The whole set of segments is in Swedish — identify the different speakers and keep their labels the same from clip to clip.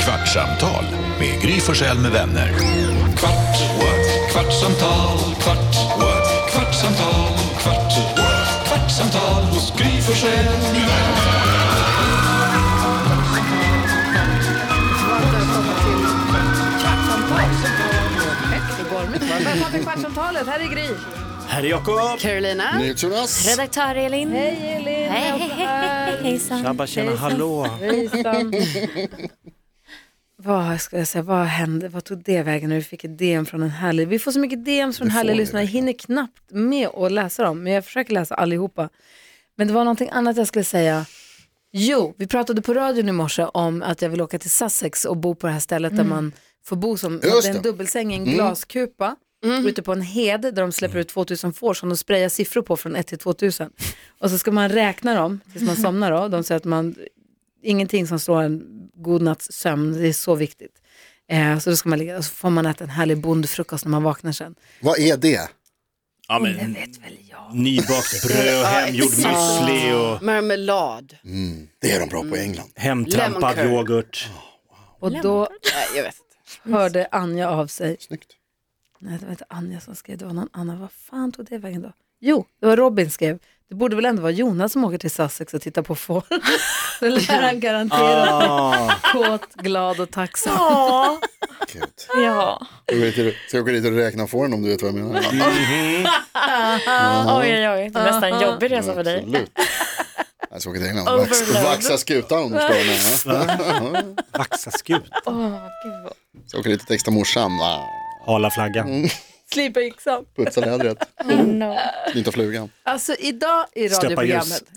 Speaker 1: Kvartsamtal med Gry Forssell med vänner.
Speaker 2: Kvart, what? kvartsamtal, kvart, what? kvartsamtal, kvart, what? kvartsamtal hos Gry Forssell med vänner.
Speaker 3: Varmt välkomna till Kvartsamtal som var högt i golvet. Välkomna till Kvartsamtalet. Här är Gry.
Speaker 4: Här är Jakob!
Speaker 3: Carolina.
Speaker 5: Jonas.
Speaker 6: Redaktör Elin.
Speaker 3: Hej Elin.
Speaker 6: Hej, hej, hej, hej, hejsan.
Speaker 4: Tjabba tjena,
Speaker 3: Hejsan.
Speaker 4: hallå!
Speaker 3: Hejsan. Vad ska jag säga, vad hände, vad tog det vägen när du fick ett DM från en härlig, vi får så mycket DMs från härliga lyssnare, jag hinner knappt med att läsa dem, men jag försöker läsa allihopa. Men det var någonting annat jag skulle säga. Jo, vi pratade på radion i morse om att jag vill åka till Sussex och bo på det här stället där man får bo som det
Speaker 5: Just
Speaker 3: är en
Speaker 5: det. Mm.
Speaker 3: dubbelsäng i en glaskupa ute på en hed där de släpper ut 2000 får som de sprayar siffror på från 1 till 2000. Och så ska man räkna dem tills man somnar då. De säger att man, ingenting som slår en god natts sömn, det är så viktigt. Eh, så då ska man ligga och så får man äta en härlig bondfrukost när man vaknar sen.
Speaker 5: Vad är det?
Speaker 4: Ja, men,
Speaker 3: Vet väl jag.
Speaker 4: nybakt bröd och hemgjord müsli och
Speaker 7: Marmelad.
Speaker 5: Mm. Det är de bra på i England.
Speaker 4: hemtrampad
Speaker 7: Lemon curd.
Speaker 4: yoghurt.
Speaker 3: Och då
Speaker 7: Nej, jag vet inte.
Speaker 3: hörde Anja av sig.
Speaker 5: Snyggt.
Speaker 3: Nej, det var inte Anja som skrev, det var någon annan. Vad fan tog det vägen då? Jo, det var Robin skrev. Det borde väl ändå vara Jonas som åker till Sussex och tittar på får. Då lär han garanterat
Speaker 4: Ah,
Speaker 3: kåt, glad och tacksam.
Speaker 5: Gud.
Speaker 6: Ja.
Speaker 5: Ska vi till- Ska jag åka dit och räkna fåren om du vet vad jag menar?
Speaker 6: Oj, oj, oj. Det är nästan en jobbig resa Alltså, för dig.
Speaker 5: Absolut. Jag ska åka till England och vax,
Speaker 6: Overload.
Speaker 5: vaxa skutan om du förstår vad jag menar.
Speaker 4: vaxa skut.
Speaker 5: Ska åka dit och texta morsan. Va?
Speaker 4: Hala flagga.
Speaker 6: Slipa yxan.
Speaker 5: Putsa lädret. Knyta flugan.
Speaker 3: Alltså idag i
Speaker 4: Stöpa
Speaker 3: radioprogrammet.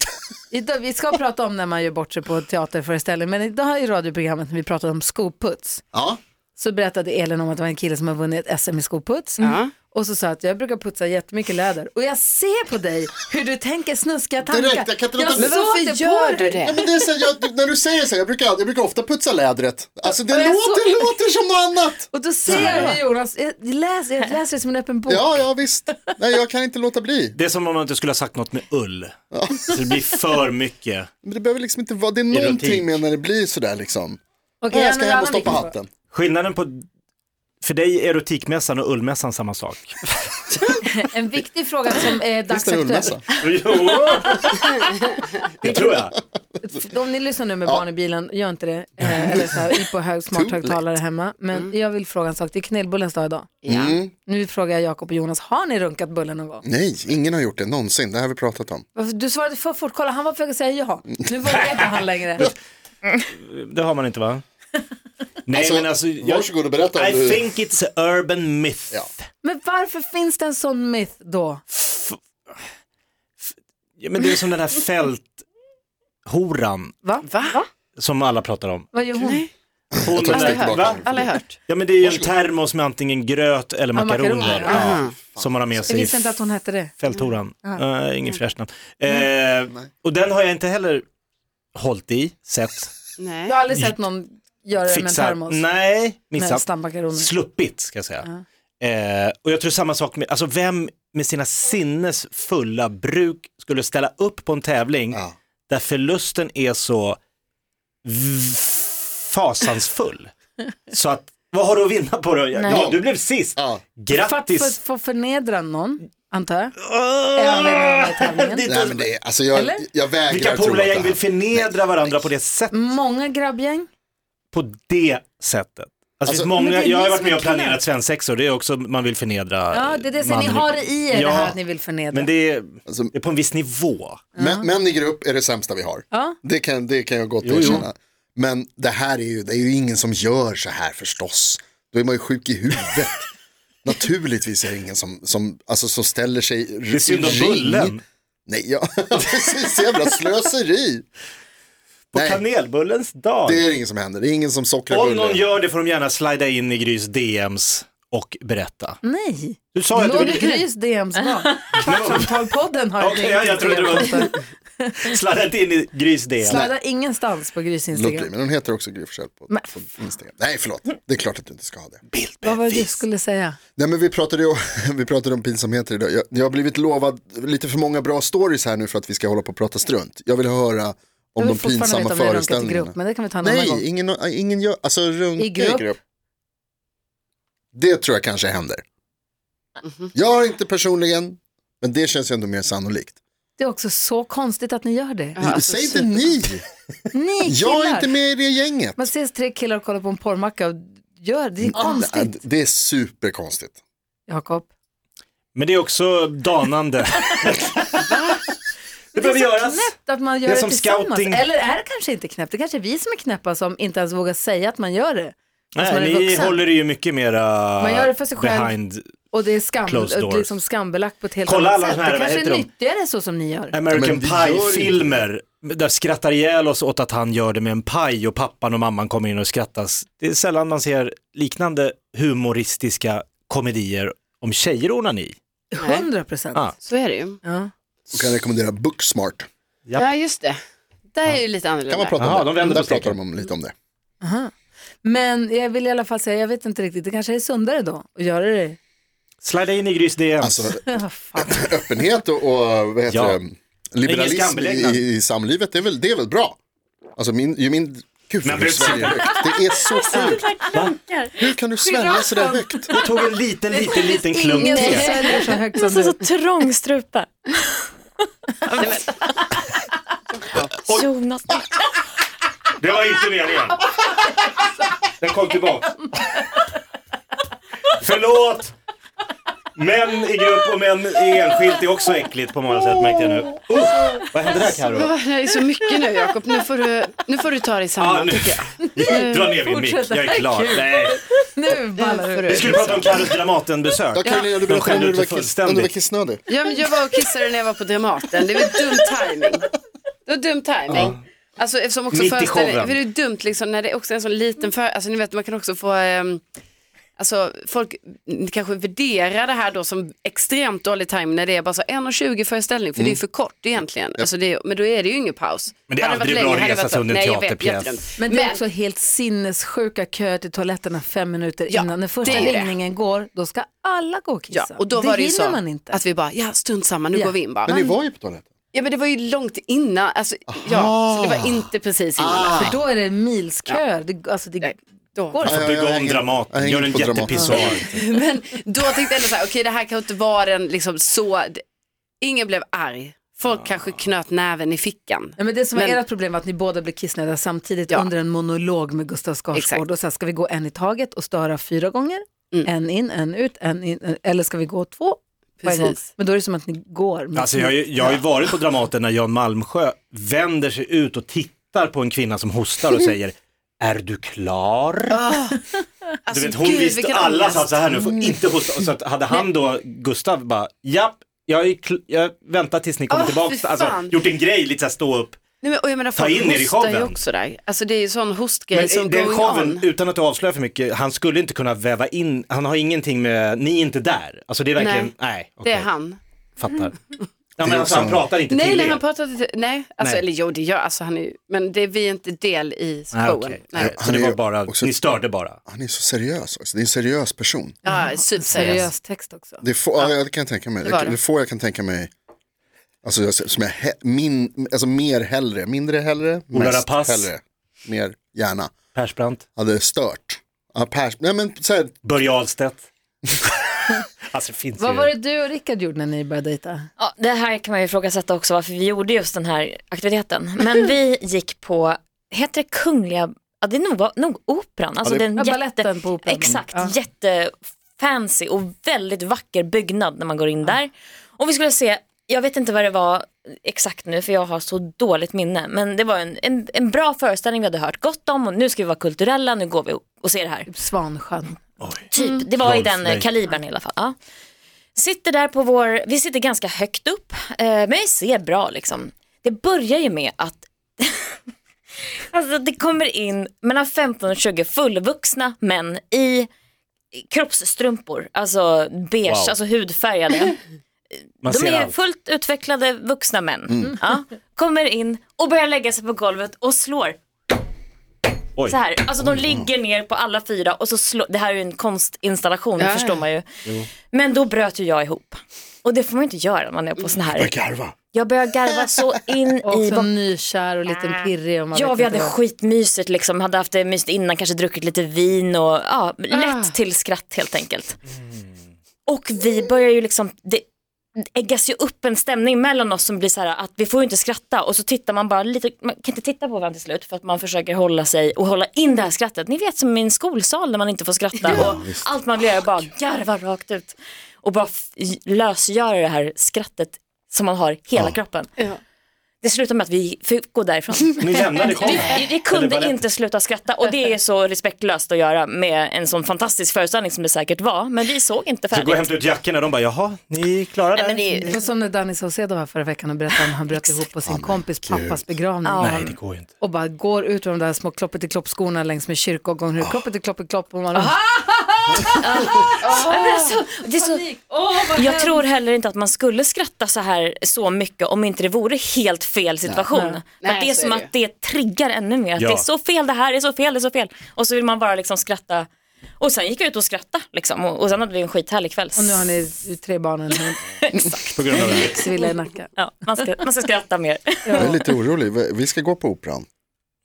Speaker 3: Idag, vi ska prata om när man gör bort sig på teaterföreställning, men idag i radioprogrammet när vi pratade om skoputs
Speaker 5: Ja,
Speaker 3: så berättade Elin om att det var en kille som har vunnit ett SM i skoputs.
Speaker 5: Mm.
Speaker 3: Och så sa jag att jag brukar putsa jättemycket läder och jag ser på dig hur du tänker snuskiga tankar.
Speaker 5: Direkt, jag kan inte låta
Speaker 3: jag
Speaker 5: bli.
Speaker 3: såg det på dig.
Speaker 5: ja men det är så, här, jag, när du säger så, här, jag brukar, jag brukar ofta putsa lädret. Alltså det
Speaker 3: Och jag
Speaker 5: låter,
Speaker 3: så-
Speaker 5: låter som något annat.
Speaker 3: Och då ser jag hur Jonas, jag läser, jag läser det som en öppen bok.
Speaker 5: Ja, ja visst. Nej, jag kan inte låta bli.
Speaker 4: Det är som om man inte skulle ha sagt något med ull. Så det blir för mycket.
Speaker 5: Men det behöver liksom inte vara, det är någonting med när det blir sådär liksom.
Speaker 3: Okej,
Speaker 5: Jag ska
Speaker 3: en
Speaker 5: hem
Speaker 3: annan
Speaker 5: och stoppa
Speaker 3: mikrofon.
Speaker 5: hatten.
Speaker 4: Skillnaden på, för dig är erotikmässan och ullmässan samma sak.
Speaker 3: En viktig fråga som är
Speaker 5: Visst är det
Speaker 3: dagsaktuell.
Speaker 5: ullmässa?
Speaker 4: Jo. Det tror jag.
Speaker 3: Om ni lyssnar nu med barn i bilen, gör inte det. Eh, eller så här, i på hög smarthögtalare hemma. Men jag vill fråga en sak, det är knällbullens dag idag.
Speaker 5: Mm.
Speaker 3: Nu frågar jag Jakob och Jonas, har ni runkat bullen någon gång?
Speaker 5: Nej, ingen har gjort det någonsin. Det här har vi pratat om.
Speaker 3: Varför- Du svarade för fort, kolla han var på väg att säga ja. Nu vågar inte han längre.
Speaker 4: Det har man inte va? Nej
Speaker 5: Alltså,
Speaker 4: men alltså. jag-
Speaker 5: varsågod och berätta om
Speaker 4: I
Speaker 5: du-
Speaker 4: think it's a urban myth.
Speaker 5: Ja.
Speaker 3: Men varför finns det en sån myth då?
Speaker 4: Ja, men det är som den här fälthoran
Speaker 3: Va?
Speaker 7: Va?
Speaker 4: som alla pratar om.
Speaker 3: Vad gör hon?
Speaker 4: Hon
Speaker 3: Alltså,
Speaker 5: tar
Speaker 4: där-
Speaker 5: ett steg tillbaka.
Speaker 4: va?
Speaker 7: Alla har hört.
Speaker 4: Ja men det är ju en termos med antingen gröt eller
Speaker 3: Ja, makaroner.
Speaker 4: makaroner.
Speaker 7: Aha.
Speaker 4: Ja, som man har med
Speaker 3: Jag
Speaker 4: sig i
Speaker 3: visste inte att Mm. hon hette det.
Speaker 4: fälthoran. Uh, ingen fräsch namn. Eh, och den har jag inte heller hållit i, sett,
Speaker 3: Jag har
Speaker 7: Nej.
Speaker 3: aldrig sett någon göra det med en
Speaker 4: fixat.
Speaker 3: termos.
Speaker 4: Nej,
Speaker 3: Med
Speaker 4: missat.
Speaker 3: stammakaroner.
Speaker 4: Sluppit ska jag säga. Eh, och jag tror samma sak med, alltså vem med sina sinnes fulla bruk skulle ställa upp på en tävling
Speaker 5: Ja.
Speaker 4: där förlusten är så v- fasansfull. så att, vad har du att vinna på då? Ja, du blev sist.
Speaker 5: Ja.
Speaker 3: För att
Speaker 4: Grattis!
Speaker 3: för- få förnedra någon, antar jag. Är anledningen till tävlingen?
Speaker 4: Det är
Speaker 5: Nej, men det är, alltså jag,
Speaker 3: Eller?
Speaker 5: jag vägrar
Speaker 4: Vilka
Speaker 5: tro att det
Speaker 4: polargäng vill
Speaker 5: här...
Speaker 4: förnedra varandra på det sättet?
Speaker 3: Många grabbgäng.
Speaker 4: På det sättet. Alltså,
Speaker 5: Alltså-
Speaker 4: finns många,
Speaker 3: Men det är
Speaker 4: jag har
Speaker 3: ni
Speaker 4: varit
Speaker 3: som
Speaker 4: med
Speaker 3: är
Speaker 4: och planerat
Speaker 3: knäpp.
Speaker 4: svensexor, det är också man vill förnedra.
Speaker 3: Ja, det är det. Så ni
Speaker 4: mannen.
Speaker 3: har det i er
Speaker 4: Ja,
Speaker 3: det här att ni vill förnedra.
Speaker 4: Men det är,
Speaker 5: Alltså-
Speaker 4: det är på en viss nivå.
Speaker 5: Män, män i grupp är det sämsta vi har.
Speaker 3: Ja.
Speaker 5: Det, kan, det kan jag gott
Speaker 4: Jo, jo.
Speaker 5: erkänna. Men det här är ju, det är ju ingen som gör så här förstås. Då är man ju sjuk i huvudet. Naturligtvis är det ingen som, som, alltså, som ställer sig
Speaker 4: Det är synd om bullen.
Speaker 5: Nej, ja, precis. Jävla slöseri.
Speaker 4: På
Speaker 5: Nej.
Speaker 4: kanelbullens dag.
Speaker 5: Det är ingen som händer. Det är ingen som sockrar
Speaker 4: Om någon
Speaker 5: bullen.
Speaker 4: gör det får de gärna slida in i Grys DMs och berätta.
Speaker 3: Nej.
Speaker 4: Du sa ju att du
Speaker 3: Låg i
Speaker 4: ville...
Speaker 3: Grys DMs var. Kvartsamtalpodden har
Speaker 4: Okej, ja, jag trodde det var... Slida inte in i Grys DM.
Speaker 3: Sladda ingenstans på Grys
Speaker 5: Ludvig,
Speaker 3: Instagram.
Speaker 5: men hon heter också Gry Forssell på, på Instagram. Nej, förlåt. Det är klart att du inte ska ha det.
Speaker 3: Vad var det du skulle säga?
Speaker 5: Nej men vi pratade, ju, vi pratade om pinsamheter idag. Jag, jag har blivit lovad lite för många bra stories här nu för att vi ska hålla på och prata strunt. Jag vill höra Om
Speaker 3: jag
Speaker 5: de
Speaker 3: vill fortfarande
Speaker 5: pinsamma
Speaker 3: veta om vi har runkat i
Speaker 5: föreställningarna.
Speaker 3: grupp, men det kan vi ta en annan gång.
Speaker 5: Nej, ingen, ingen gör, alltså runka i
Speaker 3: grupp.
Speaker 5: grupp. Det tror jag kanske händer.
Speaker 3: Mhm.
Speaker 5: Jag har inte personligen, men det känns ju ändå mer sannolikt.
Speaker 3: Det är också så konstigt att ni gör det.
Speaker 5: Säg inte ni,
Speaker 3: alltså, Ni killar!
Speaker 5: jag är inte med i det gänget.
Speaker 3: Man ses tre killar och kollar på en porrmacka och gör det. är konstigt.
Speaker 5: Mm. Ah, Äh, Det- Det är superkonstigt.
Speaker 3: Jakob.
Speaker 4: Men det är också danande. det behöver göras.
Speaker 3: knäppt att man gör
Speaker 4: Det
Speaker 3: det,
Speaker 4: är som
Speaker 3: tillsammans.
Speaker 4: scouting.
Speaker 3: Eller är det kanske inte knäppt? Det kanske är vi som är knäppa som inte ens vågar säga att man gör det. Fast Alltså, man
Speaker 4: Nej,
Speaker 3: är
Speaker 4: ni
Speaker 3: vuxen.
Speaker 4: håller det ju mycket mera
Speaker 3: Man gör det för sig själv.
Speaker 4: behind
Speaker 3: Och det är skam,
Speaker 4: Closed doors.
Speaker 3: liksom skambelagt på ett helt
Speaker 4: Kolla
Speaker 3: annat
Speaker 4: alla
Speaker 3: sätt.
Speaker 4: såna här,
Speaker 3: det
Speaker 4: vad
Speaker 3: kanske
Speaker 4: heter
Speaker 3: är
Speaker 4: de?
Speaker 3: nyttigare så som ni gör.
Speaker 4: American
Speaker 5: Men vi gör ju
Speaker 4: Pie-filmer. Där skrattar ihjäl oss åt att han gör det med en paj och pappan och mamman kommer in och skrattas. Det är sällan man ser liknande humoristiska komedier om tjejer och onani.
Speaker 3: 100 procent.
Speaker 4: Ah.
Speaker 7: Så är det ju.
Speaker 3: Ja.
Speaker 5: Och kan rekommendera Booksmart.
Speaker 4: Japp.
Speaker 7: Ja, just det. Där är ju lite annorlunda.
Speaker 5: Kan man prata
Speaker 4: Jaha,
Speaker 5: om det?
Speaker 4: de vänder
Speaker 5: Där
Speaker 4: på steken. Mm.
Speaker 5: pratar de om, lite om det.
Speaker 3: Men jag vill i alla fall säga, jag vet inte riktigt, det kanske är sundare då att göra det.
Speaker 4: Slida in i Grys DM.
Speaker 5: Alltså,
Speaker 3: Ja, fan.
Speaker 5: öppenhet och, och vad heter
Speaker 4: Ja.
Speaker 5: det, liberalism i,
Speaker 4: skambelägnad.
Speaker 5: i samlivet, det är väl, det är väl bra? Alltså min, ju min, gud vad du sväljer högt. Det är så sjukt. Hur kan Alltså, du svälja sådär högt?
Speaker 4: Jag tog en liten, liten, liten klunk
Speaker 3: Ingen som
Speaker 4: te.
Speaker 3: sväljer så högt
Speaker 6: Alltså
Speaker 3: som
Speaker 6: så
Speaker 3: du.
Speaker 6: trång strupe. Jonas,
Speaker 4: Det var inte meningen. Den kom tillbaka. Förlåt! Män i grupp och män i enskilt är också äckligt på många sätt märkte jag nu. Usch, vad hände där Carro?
Speaker 7: Det är så mycket nu Jakob. Nu, får du- nu får du ta dig
Speaker 4: Ah,
Speaker 7: samman
Speaker 4: nu.
Speaker 7: tycker jag.
Speaker 4: Dra ner min mick, jag är klar. Nej.
Speaker 3: Nu ballar
Speaker 7: Nu
Speaker 3: du.
Speaker 7: får du.
Speaker 4: Vi skulle prata om Carros Dramatenbesök.
Speaker 5: Ja, Karolina, du
Speaker 4: De
Speaker 5: berättade
Speaker 4: skällde
Speaker 5: om
Speaker 4: ut
Speaker 5: när
Speaker 4: det
Speaker 5: du var kiss- om du var
Speaker 4: fullständigt.
Speaker 5: kissnödig.
Speaker 7: Ja, men jag var och kissade när jag var på Dramaten. Det var ju dum timing. Det var dum timing. Alltså eftersom också
Speaker 4: Mitt i
Speaker 7: föreställning,
Speaker 4: showen.
Speaker 7: för det är ju dumt liksom när det också är en sån liten för, alltså ni vet man kan också få, ehm, alltså folk mm, kanske värderar det här då som extremt dålig timing när det är bara så 1.20 föreställning för det är ju för kort egentligen. Alltså det, är- men då är det ju ingen paus.
Speaker 4: Mm. Men det är
Speaker 7: Hade varit
Speaker 4: aldrig bra
Speaker 7: hade det
Speaker 4: att
Speaker 7: varit
Speaker 4: resa sig
Speaker 7: så-
Speaker 4: under en
Speaker 7: Nej, jag vet,
Speaker 4: teaterpjäs.
Speaker 7: jättedumt.
Speaker 3: Men det är också helt sinnessjuka köer till toiletterna fem minuter
Speaker 7: Ja,
Speaker 3: innan. När första
Speaker 7: det är det.
Speaker 3: ringningen går, då ska alla gå och kissa.
Speaker 7: Ja, och då
Speaker 3: det
Speaker 7: var det ju
Speaker 3: hinner
Speaker 7: så
Speaker 3: man inte.
Speaker 7: att vi bara, ja strunt samma, nu
Speaker 3: Ja.
Speaker 7: går vi in bara.
Speaker 5: Men ni var ju på toaletten.
Speaker 7: Ja men det var ju långt innan, alltså, ja, så det var inte precis innan.
Speaker 4: Ah.
Speaker 3: För då är det milsköer. Det, alltså det,
Speaker 7: Nej, då.
Speaker 3: Går
Speaker 5: Ja, ja,
Speaker 4: Bygga
Speaker 5: jag
Speaker 4: om
Speaker 5: hänger- jag
Speaker 4: Dramaten,
Speaker 5: hänger
Speaker 4: gör en
Speaker 5: på Dramaten.
Speaker 4: jättepissar.
Speaker 7: Men då tänkte jag ändå så här, okej det här kan inte vara en liksom så, d- ingen blev arg.
Speaker 4: Ah.
Speaker 7: Folk kanske knöt näven i fickan.
Speaker 3: Ja, men det som var
Speaker 7: Men-
Speaker 3: ert problem var att ni båda blev kissnödiga samtidigt
Speaker 7: Ja.
Speaker 3: under en monolog med Gustav Skarsgård.
Speaker 7: Exakt. Mm.
Speaker 3: Och så här, ska vi gå en i taget och störa fyra gånger? En in, en ut, en in, en, eller ska vi gå två? varje gång?
Speaker 7: Precis.
Speaker 3: Men då är det som att ni går. Men
Speaker 4: Alltså jag, har ju- jag har ju varit på Dramaten när Jan Malmsjö vänder sig ut och tittar på en kvinna som hostar och säger Är du klar? Du
Speaker 7: Alltså,
Speaker 4: vet, hon
Speaker 7: Ah, gud,
Speaker 4: visste,
Speaker 7: vilken
Speaker 4: alla
Speaker 7: ångest. Mm.
Speaker 4: satt så här nu, får inte hosta. Och Så att hade han då, Gustav, bara japp, jag, är kl- jag väntar tills ni kommer
Speaker 7: Åh, Ah, fy
Speaker 4: tillbaka. Alltså,
Speaker 7: fan.
Speaker 4: gjort en grej, lite så här stå upp.
Speaker 7: Nej, men, och jag menar,
Speaker 4: Ta
Speaker 7: folk
Speaker 4: in er i
Speaker 7: hostar ju
Speaker 4: showen.
Speaker 7: också där. Alltså det är ju sån hostgrej
Speaker 4: Men
Speaker 7: som
Speaker 4: den
Speaker 7: going
Speaker 4: showen,
Speaker 7: on.
Speaker 4: utan att avslöja för mycket, han skulle inte kunna väva in, han har ingenting med, ni är inte där. Alltså det är verkligen, nej,
Speaker 7: Nej. Det
Speaker 4: okej,
Speaker 7: är han.
Speaker 4: fattar. Ja,
Speaker 5: Det
Speaker 4: men
Speaker 5: är
Speaker 4: alltså, han
Speaker 5: också-
Speaker 4: pratar inte
Speaker 7: Nej,
Speaker 4: till
Speaker 7: nej,
Speaker 4: er.
Speaker 7: han pratade inte, nej, alltså,
Speaker 4: Nej.
Speaker 7: eller jo det gör, alltså han är ju, men det är vi är inte del i
Speaker 4: Nej,
Speaker 7: showen.
Speaker 4: Ah, okej.
Speaker 7: Nej.
Speaker 4: Så
Speaker 5: Ah, Han
Speaker 4: det
Speaker 5: är
Speaker 4: var
Speaker 5: ju
Speaker 4: bara,
Speaker 5: också-
Speaker 4: ni störde bara.
Speaker 5: Han är så seriös också, det är en seriös person.
Speaker 7: Ja, superseriöst.
Speaker 3: Seriös text också.
Speaker 5: Det får, ja. jag kan jag tänka mig.
Speaker 7: det var
Speaker 5: Det,
Speaker 7: det.
Speaker 5: det får jag kan tänka mig. Alltså jag- som jag, he- min, alltså mer hellre, mindre hellre,
Speaker 4: Ola
Speaker 5: mest
Speaker 4: Rapace.
Speaker 5: hellre, mer gärna.
Speaker 4: Persbrandt.
Speaker 5: Hade stört. Ja, pers, nej men så här,
Speaker 4: Börje Ahlstedt. alltså det finns
Speaker 3: Vad
Speaker 4: ju.
Speaker 3: var det du och Rickard gjorde när ni började dejta?
Speaker 6: Ja, det här kan man ju ifrågasätta också varför vi gjorde just den här aktiviteten. Men vi gick på, heter det Kungliga, ja det är nog, nog operan. Alltså
Speaker 5: Ja, det-
Speaker 6: den
Speaker 3: Ja,
Speaker 6: jätte,
Speaker 3: baletten på Operan.
Speaker 6: Exakt,
Speaker 3: Ja.
Speaker 6: jättefancy och väldigt vacker byggnad när man går in där. Och vi skulle se, jag vet inte vad det var exakt nu för jag har så dåligt minne. Men det var en, en, en bra föreställning vi hade hört gott om och nu ska vi vara kulturella, nu går vi och, och ser det här.
Speaker 3: Svansjön.
Speaker 4: Oj.
Speaker 6: Typ, det var i
Speaker 4: Rolf,
Speaker 6: den eh,
Speaker 4: nej.
Speaker 6: kalibern i alla fall. Ja. Sitter där på vår, vi sitter ganska högt upp, eh, men vi ser bra liksom. Det börjar ju med att alltså, det kommer in mellan 15 och 20 fullvuxna män i kroppsstrumpor, alltså beige,
Speaker 4: Wow.
Speaker 6: alltså hudfärgade.
Speaker 4: Man
Speaker 6: De
Speaker 4: ser
Speaker 6: är
Speaker 4: allt. Mm.
Speaker 6: fullt utvecklade vuxna män. Ja, kommer in och börjar lägga sig på golvet och slår
Speaker 4: Oj.
Speaker 6: så här, alltså de ligger ner på alla fyra och så slår, det här är ju en konstinstallation, det
Speaker 7: Ja,
Speaker 6: förstår man ju. Men då bröt ju jag ihop. Och det får man ju inte göra när man är på sån här,
Speaker 5: garva.
Speaker 6: Jag började garva så in i...
Speaker 3: Och också
Speaker 6: vad-
Speaker 3: nykär och lite pirrig. Och man
Speaker 6: Ja,
Speaker 3: vet
Speaker 6: vi
Speaker 3: inte
Speaker 6: hade
Speaker 3: vad.
Speaker 6: skitmysigt liksom. Hade haft det mysigt innan, kanske druckit lite vin och ja, lätt till skratt helt enkelt.
Speaker 3: Mm.
Speaker 6: Och vi börjar ju liksom, det äggas ju upp en stämning mellan oss som blir så här att vi får ju inte skratta och så tittar man bara lite, man kan inte titta på varandra till slut för att man försöker hålla sig och hålla in det här skrattet. Ni vet som i en skolsal när man inte får skratta och allt man blir är bara garva rakt ut och bara f- lösgöra det här skrattet som man har i hela kroppen. Det slutade med att vi fick gå därifrån.
Speaker 4: Ni lämnade
Speaker 6: Vi,
Speaker 4: showen.
Speaker 6: vi
Speaker 4: Eller
Speaker 6: kunde
Speaker 4: balett.
Speaker 6: inte sluta skratta och det är så respektlöst att göra med en sån fantastisk föreställning som det säkert var. Men vi såg inte
Speaker 4: Så gå och
Speaker 6: färdigt.
Speaker 4: hämta ut jackorna och de bara, jaha, ni klarar
Speaker 6: Nej,
Speaker 4: det?
Speaker 6: men det är
Speaker 3: Det var som när Danny Saucedo var förra veckan och berättade om han bröt ihop på sin kompis pappas begravning.
Speaker 4: Nej, det går ju inte.
Speaker 3: Och bara går ut med de där små kloppetikoppskorna längs med kyrkogången. Hur kloppetikoppetikopp och man
Speaker 6: så, alltså, det är så, jag tror heller inte att man skulle skratta så här så mycket om inte det vore helt fel situation. För
Speaker 7: Nej,
Speaker 6: att det är
Speaker 7: så
Speaker 6: som
Speaker 7: är det
Speaker 6: att det triggar ännu mer. Att
Speaker 4: Ja.
Speaker 6: Det är så fel det här, det är så fel, det är så fel. Och så vill man bara liksom skratta. Och sen gick jag ut och skrattade liksom. och, och sen hade vi en skithärlig kväll.
Speaker 3: Och nu har ni tre barn och en hund.
Speaker 4: På grund av det.
Speaker 3: Lyxvilla i Nacka.
Speaker 6: ja, man, ska, man ska skratta mer.
Speaker 5: Jag är lite orolig, Vi- vi ska gå på operan.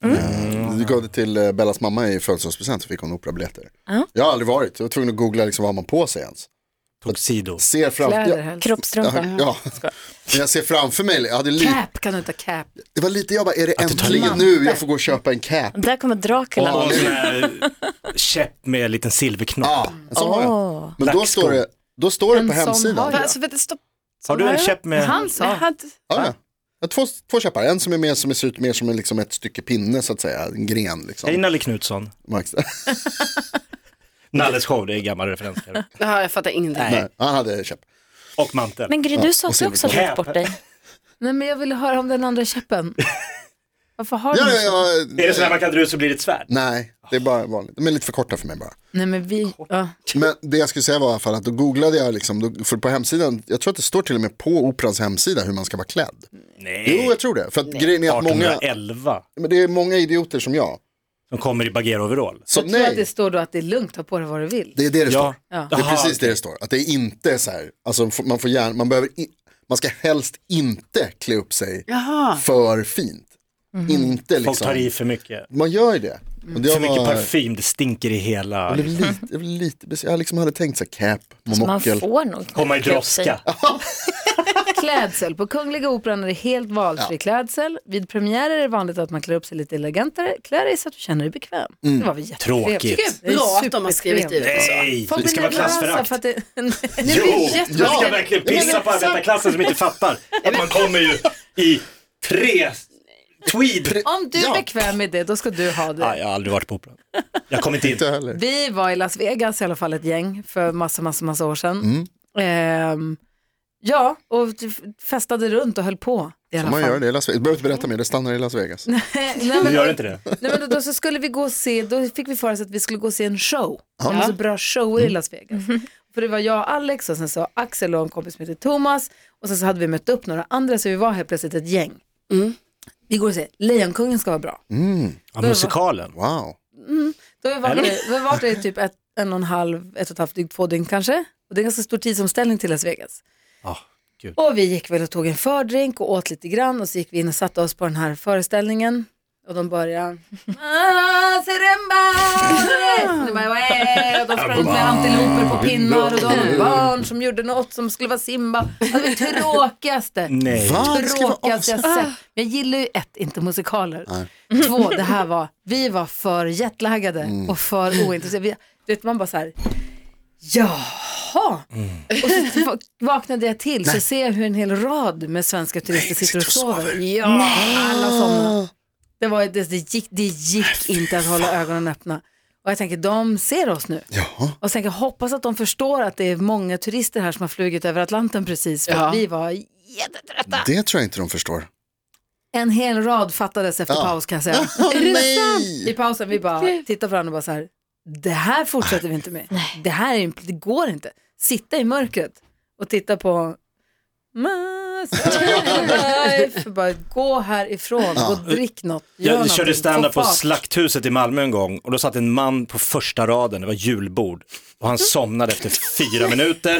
Speaker 5: Eh, Du gav det till eh, Bellas mamma i födelsedagspresent så fick hon operabiljetter.
Speaker 6: Ja.
Speaker 5: Jag har aldrig varit, jag var tvungen att googla liksom, vad har man på sig ens.
Speaker 4: Tuxedo.
Speaker 5: Ser framför,
Speaker 3: Kläder
Speaker 5: jag,
Speaker 3: helst.
Speaker 6: Kroppstrumpa.
Speaker 5: ja, ja. Men jag ser framför mig, jag hade li,
Speaker 3: Cap, kan du ta cap?
Speaker 5: det var lite, jag bara, är det
Speaker 4: du tar
Speaker 5: äntligen nu jag får gå och köpa en cap?
Speaker 6: Där kommer Dracula.
Speaker 5: Ja,
Speaker 4: Och en sån här käpp med en liten silverknopp.
Speaker 5: Ja, en sån har jag. Men då
Speaker 4: Laxskor.
Speaker 5: står det, då står det
Speaker 3: En
Speaker 5: på
Speaker 3: sån har
Speaker 5: hemsidan.
Speaker 3: jag.
Speaker 7: Alltså, vänta, stopp.
Speaker 4: Har du en käpp med?
Speaker 3: Han
Speaker 7: Nej,
Speaker 3: sa,
Speaker 7: han-
Speaker 5: Ja, ja. Jag har två, två käppar, en som är mer som ser ut mer som en, liksom ett stycke pinne så att säga, en gren
Speaker 4: Hej
Speaker 5: liksom.
Speaker 4: Nalle Knutsson.
Speaker 5: Max.
Speaker 4: Nalles show, det är gammal referens. kanske.
Speaker 7: Ja, jag fattar ingenting.
Speaker 5: Nej, han hade käpp.
Speaker 4: Och mantel.
Speaker 6: Men Gry, du saknar också
Speaker 4: Cap.
Speaker 6: lite bort dig.
Speaker 3: nej men jag ville höra om den andra käppen. Varför har
Speaker 5: Ja,
Speaker 3: du
Speaker 5: ja, ja,
Speaker 4: Är det så här man kan dra ut så blir det ett svärd?
Speaker 5: Nej, det är bara vanligt. De är lite för korta för mig bara.
Speaker 3: Nej men vi, ja.
Speaker 5: Men det jag skulle säga var i alla fall att då googlade jag liksom, då, för på hemsidan, jag tror att det står till och med på Operans hemsida hur man ska vara klädd. Jo,
Speaker 4: Nej.
Speaker 5: jag tror det. För att grejen är att många,
Speaker 4: 1811
Speaker 5: men det är många idioter som jag.
Speaker 4: som kommer i bagheroverall.
Speaker 5: Som,
Speaker 3: Jag tror att det
Speaker 5: nej,
Speaker 3: står då att det är lugnt, ta på dig vad du vill.
Speaker 5: det är det det
Speaker 4: Ja.
Speaker 5: står. Det är precis det det står. Att det är inte är så här, alltså f- man får gärna, man behöver, i- man ska helst inte klä upp sig
Speaker 7: Jaha.
Speaker 5: för fint. Inte
Speaker 4: Mhm. Folk tar i
Speaker 5: liksom,
Speaker 4: för mycket.
Speaker 5: man gör ju det. Och det
Speaker 4: För mycket
Speaker 5: var-
Speaker 4: parfym, det stinker i
Speaker 5: Jag
Speaker 4: hela...
Speaker 5: blev lite, jag blev lite besviken. jag liksom hade tänkt så här cap,
Speaker 6: Man
Speaker 5: monokel.
Speaker 6: får nog
Speaker 4: Komma i
Speaker 6: knäcka upp sig.
Speaker 4: droska.
Speaker 3: Klädsel. På Kungliga Operan är det helt valfri klädsel. Vid premiärer är det vanligt att man klär upp sig lite elegantare. Klä dig så att du känner dig bekväm. Det var väl jättetrevligt.
Speaker 4: Mm. Tråkigt.
Speaker 7: Tycker det är bra att de har skrivit ut det så.
Speaker 4: Nej,
Speaker 3: Folk
Speaker 4: det ska
Speaker 3: blir
Speaker 4: vara
Speaker 3: nervösa
Speaker 4: klassförakt.
Speaker 3: för att det... Nej,
Speaker 4: Jo, jag ska
Speaker 5: Ja.
Speaker 4: verkligen pissa på arbetarklassen som inte fattar att man kommer ju i tre tweed.
Speaker 3: Om du är
Speaker 5: Ja.
Speaker 3: bekväm med det, då ska du ha det.
Speaker 4: Nej, jag har aldrig varit på operan. Jag kommer inte in.
Speaker 5: Inte heller.
Speaker 3: Vi var i Las Vegas i alla fall ett gäng för massa, massa, massa år sedan.
Speaker 4: Mm.
Speaker 3: Ehm, ja, och t- festade runt och höll på. I alla
Speaker 5: Man
Speaker 3: fall.
Speaker 5: gör det i Las Vegas. Du behöver inte berätta mer, det stannar i Las Vegas.
Speaker 3: Nej,
Speaker 4: Du
Speaker 3: men,
Speaker 4: gör inte det?
Speaker 3: nej, men då, då så skulle vi gå och se, då fick vi för oss att vi skulle gå och se en show. Det var så bra shower i Las Vegas. För det var jag och Alex och sen så Axel och en kompis som heter Thomas och sen så hade vi mött upp några andra så vi var helt plötsligt ett gäng. Vi går och ser, Lejonkungen ska vara bra.
Speaker 4: Ja, musikalen.
Speaker 5: Wow.
Speaker 3: Då har vi varit där- vi har varit där i typ ett, en och en halv, ett och ett halvt dygn, två dygn kanske. Och det är en ganska stor tidsomställning till Las Vegas.
Speaker 4: Ja, gud.
Speaker 3: Och vi gick väl och tog en fördrink och åt lite grann och så gick vi in och satte oss på den här föreställningen. Och de började... Ah, seremba! Och de bara, "Wee!" Och de sprang med antiloper på pinnar och de var barn som gjorde något som skulle vara Simba. Alltså, det tråkigaste
Speaker 4: Nej.
Speaker 5: Va? Det ska vara
Speaker 3: tråkigaste jag sett. Men jag gillar ju ett, inte musikaler. Två, det här var, vi var för jetlaggade och för ointresserade. Vi, du vet, man bara så här, jaha. Och så va- vaknade jag till så ser jag hur en hel rad med svenska turister sitter och sover. Ja, alla somnar. Det, var, det, det gick, det gick inte att hålla ögonen öppna. Och jag tänker, de ser oss nu.
Speaker 5: Ja.
Speaker 3: Och sen kan jag hoppas att de förstår att det är många turister här som har flugit över Atlanten precis. För
Speaker 7: Ja.
Speaker 3: att vi var jättetrötta.
Speaker 5: Det tror jag inte de förstår.
Speaker 3: En hel rad fattades efter
Speaker 5: Ja.
Speaker 3: paus kan jag säga.
Speaker 5: Åh, nej.
Speaker 3: I pausen vi bara tittar på varandra och bara så här, det här fortsätter vi inte med. Det här är, ju- det går inte. Sitta i mörkret och titta på Life. Bara gå härifrån, gå och drick något. gör
Speaker 4: Jag
Speaker 3: någonting,
Speaker 4: körde stand-up
Speaker 3: få
Speaker 4: på
Speaker 3: fart.
Speaker 4: Slakthuset i Malmö en gång och då satt en
Speaker 3: Mm.
Speaker 4: man på första raden, det var julbord, och han somnade efter fyra minuter.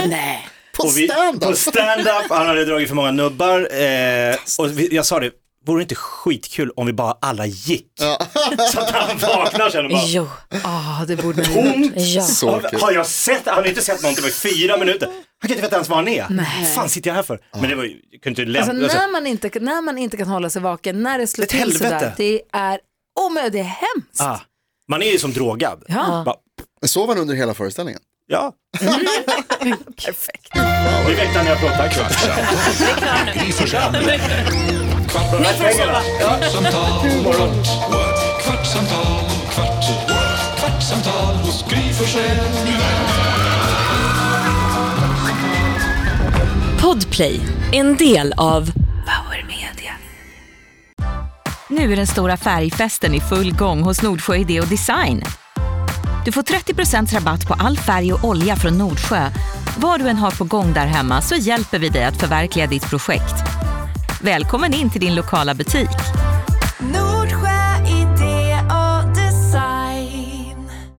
Speaker 5: På
Speaker 4: Och vi-
Speaker 5: stand-up.
Speaker 4: På stand-up, han hade dragit för många nubbar. Eh, och vi, jag sa det, vore det inte skitkul om vi bara alla gick? Så att han vaknar sen och bara,
Speaker 6: Jo,
Speaker 3: Ah, det borde man ju.
Speaker 4: tomt.
Speaker 6: ja.
Speaker 5: Så
Speaker 4: Har,
Speaker 5: kul.
Speaker 4: har jag sett, han har inte sett någonting på fyra minuter. Han kan inte veta ens var han är. Vad fan sitter jag här för? Men det var ju, jag kunde inte lämna.
Speaker 3: Alltså, när, man inte, när man inte kan hålla sig vaken, när det slår
Speaker 4: Ett
Speaker 3: till sådär,
Speaker 4: helvete.
Speaker 3: det är omöjligt, det är hemskt.
Speaker 4: ah, man är ju som drogad.
Speaker 3: Ja.
Speaker 4: Bara,
Speaker 5: Men sov han under hela föreställningen?
Speaker 4: ja. Perfekt. Vi väckte han när jag pratade.
Speaker 1: med Gry Forssell med vänner.
Speaker 2: Kvart, kvartsamtal, kvart, what? kvartsamtal, kvart, what? kvartsamtal hos Gry Forssell med vänner.
Speaker 8: Podplay, en del av Power Media. Nu är den stora färgfesten i full gång hos Nordsjö Idé och Design. Du får 30 rabatt på all färg och olja från Nordsjö. Vad du än har på gång där hemma så hjälper vi dig att förverkliga ditt projekt. Välkommen in till din lokala butik.